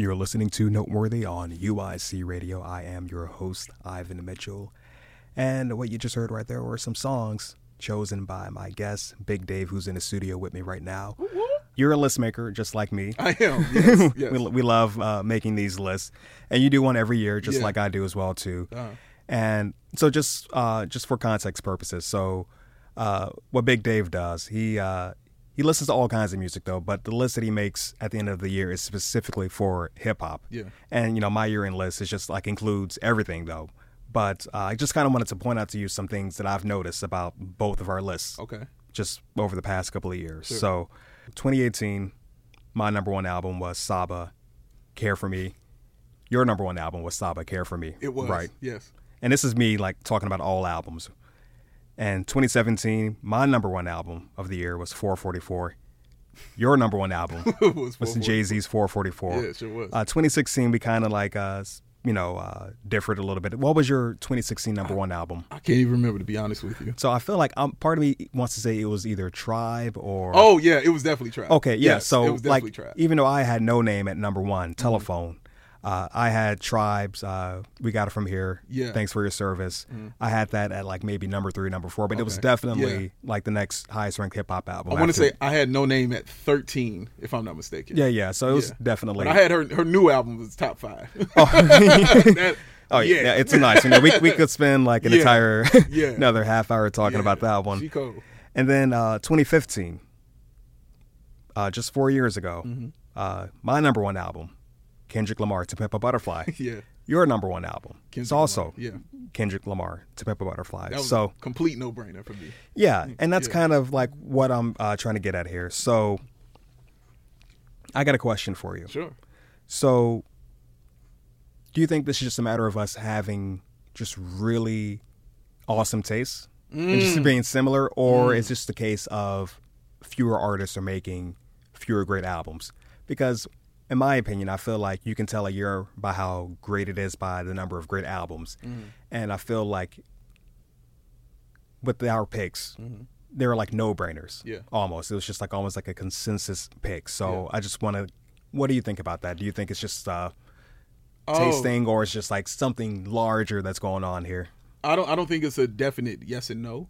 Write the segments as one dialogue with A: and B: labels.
A: You're listening to Noteworthy on UIC Radio. I am your host, Ivan Mitchell. And what you just heard right there were some songs chosen by my guest, Big Dave, who's in the studio with me right now. You're a list maker, just like me.
B: I am. Yes. yes.
A: we, we love uh, making these lists, and you do one every year, just
B: Yeah.
A: like I do as well too.
B: Uh-huh.
A: And so, just uh, just for context purposes, so uh, what Big Dave does, he uh, he listens to all kinds of music though, but the list that he makes at the end of the year is specifically for hip hop.
B: Yeah.
A: And you know, my year end list is just like includes everything though. But uh, I just kind of wanted to point out to you some things that I've noticed about both of our lists
B: okay.
A: just over the past couple of years. So, 2018, my number one album was Saba, Care for Me. Your number one album was Saba, Care for Me.
B: It was.
A: Right.
B: Yes.
A: And this is me like talking about all albums. And 2017, my number one album of the year was 444. Your number one album
B: It was.
A: was
B: full
A: Jay Z's 444.
B: force. Yeah, it sure was.
A: Uh, 2016, we kind of like, uh, s- you know, uh, differed a little bit. What was your 2016 number one album?
B: I can't even remember to be honest with you.
A: So I feel like um, part of me wants to say it was either Tribe or
B: Oh yeah, it was definitely trap.
A: Okay, yeah.
B: Yes,
A: so
B: it was
A: like,
B: definitely trap. Mm-hmm.
A: even though I had no name at number one, telephone. Uh, I had tribes. Uh, we got it from here.
B: Yeah. Mm-hmm.
A: Thanks for your service. I had that at like maybe number three, number four, but it was definitely
B: Yeah.
A: like the next highest ranked hip hop album.
B: I want to
A: after-
B: say I had no name at thirteen, if I'm not mistaken.
A: Yeah, yeah. So it was
B: Yeah.
A: definitely.
B: But I had her. Her new album was top five.
A: oh,
B: That-
A: oh, yeah. yeah, It's nice. You know, we we could spend like an
B: Yeah.
A: entire
B: Yeah.
A: another half hour talking about that one.
B: She cold.
A: And then uh, 2015, uh, just four years ago,
B: Mm-hmm.
A: uh, my number one album, Kendrick Lamar, To Pimp a Butterfly.
B: Yeah.
A: Your number one album. it's
B: Kendrick
A: also
B: Lamar, yeah.
A: Kendrick Lamar, To Pimp a Butterfly.
B: That was
A: So
B: a complete no brainer for me.
A: yeah, and that's
B: yeah.
A: kind of like what I'm uh, trying to get at here. So I got a question for you.
B: Sure.
A: So, do you think this is just a matter of us having just really awesome tastes and just being similar, or is this the case of fewer artists are making fewer great albums? Because, in my opinion, I feel like you can tell a year by how great it is by the number of great albums, and I feel like with our picks. They were like no brainers.
B: Yeah.
A: Almost. It was just like almost like a consensus pick. So I just want to, what do you think about that? Do you think it's just uh,
B: Oh.
A: tasting or it's just like something larger that's going on here?
B: I don't I don't think it's a definite yes and no.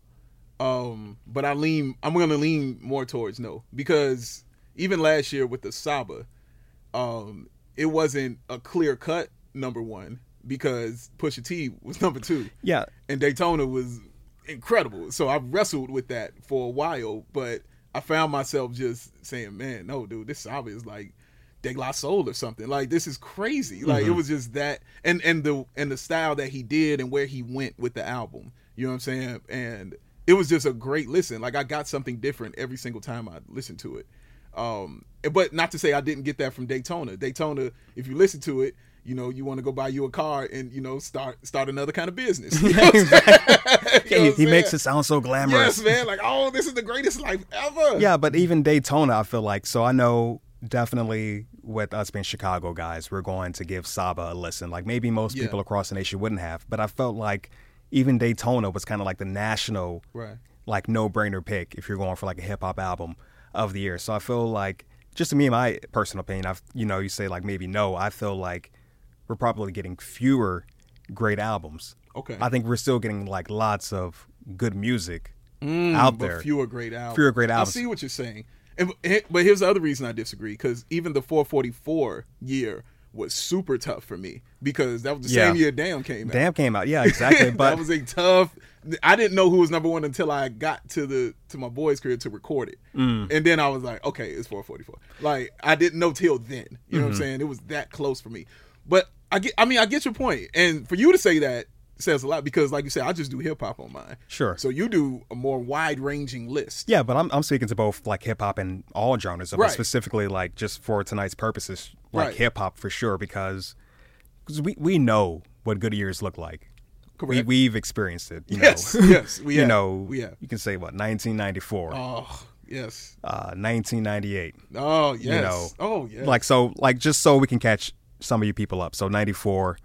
B: Um, but I lean I'm gonna lean more towards no because even last year with the Saba, um, it wasn't a clear cut number one because Pusha T was number two.
A: Yeah.
B: And Daytona was incredible. So I wrestled with that for a while, but I found myself just saying, Man, no, dude, this Saba is like De La Soul or something. Like this is crazy. Like it was just that and and the and the style that he did and where he went with the album. You know what I'm saying? And it was just a great listen. Like I got something different every single time I listened to it. Um but not to say I didn't get that from Daytona. Daytona, if you listen to it, you know, you want to go buy you a car and you know start start another kind of business. You know what I'm saying? You know
A: he
B: what
A: he
B: I'm
A: makes
B: saying?
A: it sound so glamorous.
B: Yes, man. Like, oh, this is the greatest life ever.
A: Yeah, but even Daytona, I feel like, so I know definitely with us being Chicago guys, we're going to give Saba a listen. Like maybe most
B: Yeah.
A: people across the nation wouldn't have, but I felt like even Daytona was kind of like the national
B: Right.
A: like no brainer pick if you're going for like a hip hop album of the year. So I feel like just to me, my personal opinion, I've you know you say like maybe no, I feel like we're probably getting fewer great albums.
B: Okay.
A: I think we're still getting like lots of good music out
B: Mm, but
A: there.
B: fewer great albums.
A: Fewer great
B: I
A: albums.
B: see what you're saying, and but here's the other reason I disagree because even the 444 year was super tough for me because that was the
A: Yeah.
B: same year Damn came out.
A: Damn came out, yeah, exactly. But
B: that was a tough. I didn't know who was number one until I got to the to my boy's crib to record it,
A: Mm.
B: and then I was like, okay, it's 444. Like I didn't know till then. You know what I'm
A: Mm-hmm.
B: saying? It was that close for me. But I get. I mean, I get your point, and for you to say that says a lot because, like you said, I just do hip hop on mine.
A: Sure.
B: So you do a more wide ranging list.
A: yeah, but I'm I'm speaking to both like hip hop and all genres, but
B: Right.
A: specifically like just for tonight's purposes, like
B: Right.
A: hip hop for sure, because cause we we know what good years look like.
B: Correct.
A: We, we've experienced it. You
B: Yes,
A: know.
B: yes, we
A: you
B: have,
A: know,
B: we have.
A: you can say what 1994,
B: Oh yes.
A: uh, 1998.
B: Oh yes.
A: You know,
B: oh yes.
A: Like so, like just so we can catch some of you people up. So 94,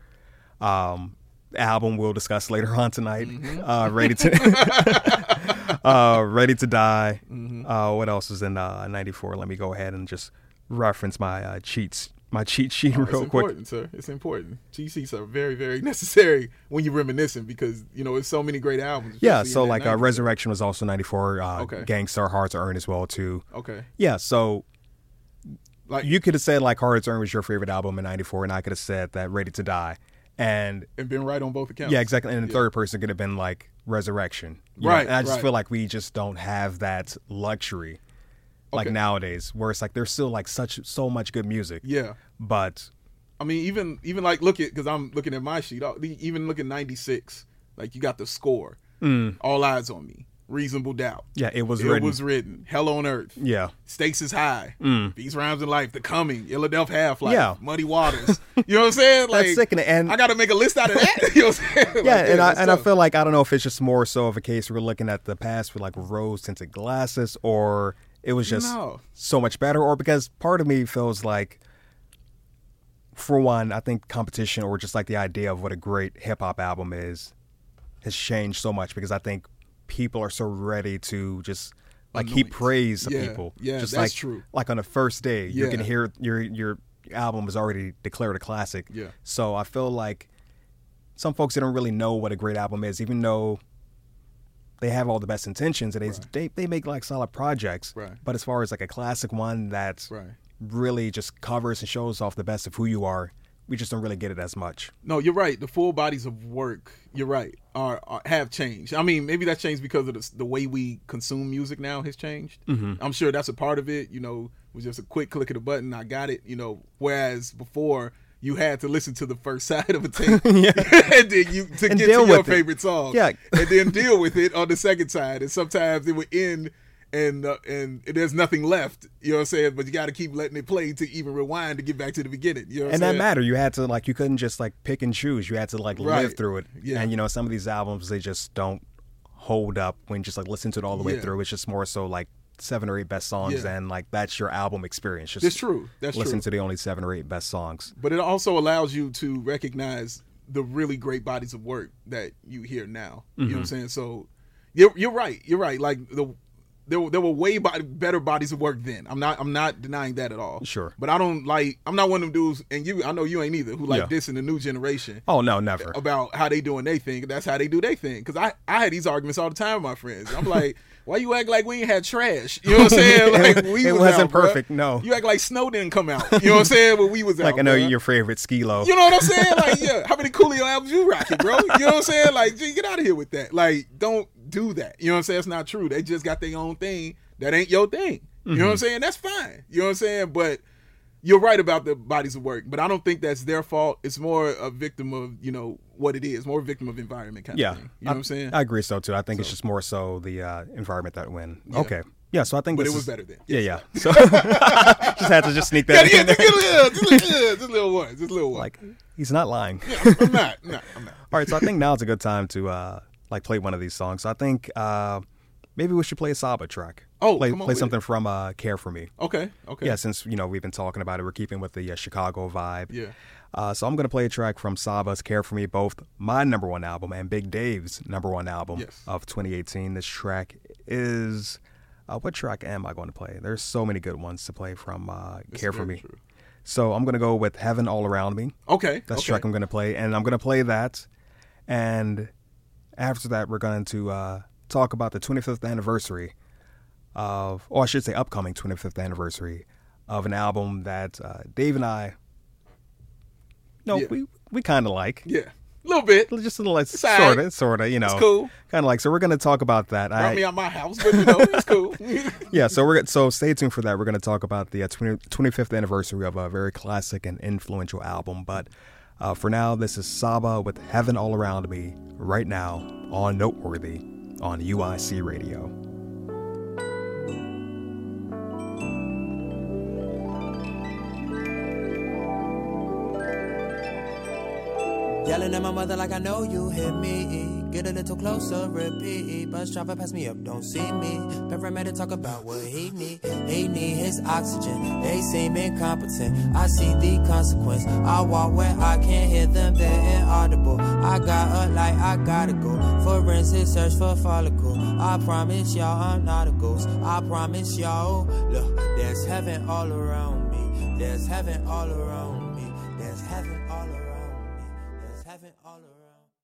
A: um, album we'll discuss later on tonight.
B: Mm-hmm.
A: Uh, ready to, uh, ready to
B: Mm-hmm.
A: die. Uh, what else is in uh 94? Let me go ahead and just reference my uh, cheats my cheat sheet
B: It's
A: real quick.
B: Oh, important, sir. It's important. GCs are very, very necessary when you're reminiscing because you know it's so many great albums.
A: Yeah,
B: especially
A: so
B: in that
A: like uh,
B: 90s.
A: Resurrection was also ninety four. Uh,
B: Okay.
A: Gangstar Hearts Earned as well too.
B: okay,
A: Yeah, so
B: like
A: you could have said like Hearts Earned was your favorite album in '94, and I could have said that Ready to Die, and
B: and been right on both accounts.
A: yeah, exactly. And the third person could have been like Resurrection, you
B: Right,
A: And I just
B: right.
A: feel like we just don't have that luxury, like
B: Okay.
A: nowadays, where it's like there's still like such so much good music,
B: yeah.
A: but
B: I mean, even even like look at because I'm looking at my sheet. uh, Even look at '96. Like you got the score. All eyes on me. Reasonable doubt.
A: yeah, Mm. it was
B: It
A: written.
B: was written. Hell on earth.
A: yeah,
B: Stakes is high. These rhymes in life. The coming. Philadelphia half life.
A: Mm. Yeah.
B: Muddy waters. you know what I'm saying? Like
A: that's sick, and, and
B: I got to make a list out of that. you know what I'm saying? Like,
A: yeah, and I
B: that's
A: and I
B: tough.
A: feel like I don't know if it's just more so of a case we're looking at the past with like rose tinted glasses, or it was just
B: No.
A: so much better, or because part of me feels like, for one, I think competition or just like the idea of what a great hip hop album is has changed so much because I think people are so ready to just like heap
B: Anoint.
A: praise to
B: Yeah,
A: people.
B: yeah,
A: just like,
B: that's true.
A: Like on the first day, you
B: Yeah.
A: can hear your your album is already declared a classic.
B: Yeah.
A: So I feel like some folks that don't really know what a great album is, even though they have all the best intentions and they they, they make like solid projects.
B: Right.
A: But as far as like a classic one that
B: Right.
A: really just covers and shows off the best of who you are, we just don't really get it as much.
B: No, you're right. The full bodies of work, you're right, are, are have changed. I mean, maybe that's changed because of the, the way we consume music now has changed.
A: Mm-hmm.
B: I'm sure that's a part of it. You know, it was just a quick click of the button, I got it. You know, whereas before you had to listen to the first side of a tape, and then you to
A: And
B: get to
A: deal
B: your
A: with it.
B: favorite song,
A: Yeah.
B: and then deal with it on the second side. And sometimes it would end. And, uh, and there's nothing left, you know what I'm saying? But you got to keep letting it play to even rewind to get back to the beginning. You know what I'm
A: and that
B: saying?
A: matter. You had to like you couldn't just like pick and choose. You had to like live
B: Right.
A: through it.
B: Yeah.
A: And you know, some of these albums they just don't hold up when you just like listen to it all the way
B: Yeah.
A: through. It's just more so like seven or eight best songs
B: Yeah.
A: and like that's your album experience. Just
B: That's true. That's
A: listen
B: true.
A: to the only seven or eight best songs.
B: but it also allows you to recognize the really great bodies of work that you hear now. You know what I'm
A: Mm-hmm.
B: saying? So you're you're right. You're right. Like the there were, there were way bo- better bodies of work then. I'm not I'm not denying that at all.
A: Sure.
B: But I don't like I'm not one of them dudes and you I know you ain't either who like
A: Yeah.
B: this in the new generation
A: Oh no, never.
B: about how they doing they thing. That's how they do they thing. Because I, I had these arguments all the time with my friends. I'm like, why you act like we ain't had trash? You know what I'm saying? Like we
A: It
B: was
A: wasn't
B: out, bruh.
A: perfect, no.
B: You act like snow didn't come out. You know what I'm saying? When we was out,
A: like I know
B: bruh.
A: your favorite Skilo.
B: You know what I'm saying? Like, yeah, how many Coolio albums you rocking, bro? You know what I'm saying? Like, gee, get out of here with that. Like, don't do that. You know what I'm saying? It's not true. They just got their own thing that ain't your thing. You
A: Mhm.
B: know what I'm saying? That's fine. You know what I'm saying? But you're right about the bodies of work, but I don't think that's their fault. It's more a victim of you know what it is, more victim of environment kind
A: yeah,
B: of thing. You know
A: I,
B: what I'm saying?
A: I agree so too. I think it's just more so the uh, environment that win. Okay, yeah. So I think
B: but
A: this
B: it was
A: is-
B: better then.
A: Yeah, yeah. So just had to just sneak that
B: yeah,
A: in.
B: just,
A: There.
B: get a little, just, a little- just a little one, just a little one.
A: Like he's not lying.
B: I'm not, not, I'm not.
A: All right, so I think now's a good time to uh, like play one of these songs. So I think uh, maybe we should play a Saba track.
B: Oh,
A: play,
B: come on
A: play
B: with
A: something from uh, Care for Me.
B: Okay, okay,
A: Yeah, since you know we've been talking about it, we're keeping with the uh, Chicago vibe.
B: yeah.
A: Uh, so I'm gonna play a track from Saba's "Care for Me," both my number one album and Big Dave's number one album
B: Yes.
A: of 2018. This track is uh, what track am I going to play? There's so many good ones to play from uh, "Care for
B: very
A: Me."
B: true.
A: So I'm gonna go with "Heaven All Around Me."
B: Okay,
A: That's the
B: okay.
A: track I'm going to play, and I'm going to play that. And after that, we're going to uh, talk about the 25th anniversary of, or I should say, upcoming 25th anniversary of an album that uh, Dave and I, no,
B: Yeah.
A: we we kind of like.
B: Yeah, a little bit.
A: Just a little, like,
B: all
A: sort
B: right.
A: of, sort of, you know,
B: cool.
A: kind of like. So we're going to talk about that.
B: Brought
A: I-
B: me out my house, but you know, it's cool.
A: yeah, so we're so stay tuned for that. We're going to talk about the uh, 20, 25th anniversary of a very classic and influential album. But uh, for now, this is Saba with "Heaven All Around Me" right now on Noteworthy on UIC Radio.
C: Yelling at my mother like I know you hear me. Get a little closer, repeat. Bus driver pass me up, don't see me. Paramedic talk about what he need. He need his oxygen. They seem incompetent. I see the consequence. I walk where I can't hear them. They're inaudible. I got a light, I gotta go. Forensic search for follicle. I promise y'all I'm not a ghost. I promise y'all. Look, there's heaven all around me. There's heaven all around me. There's heaven all around me. There's heaven all around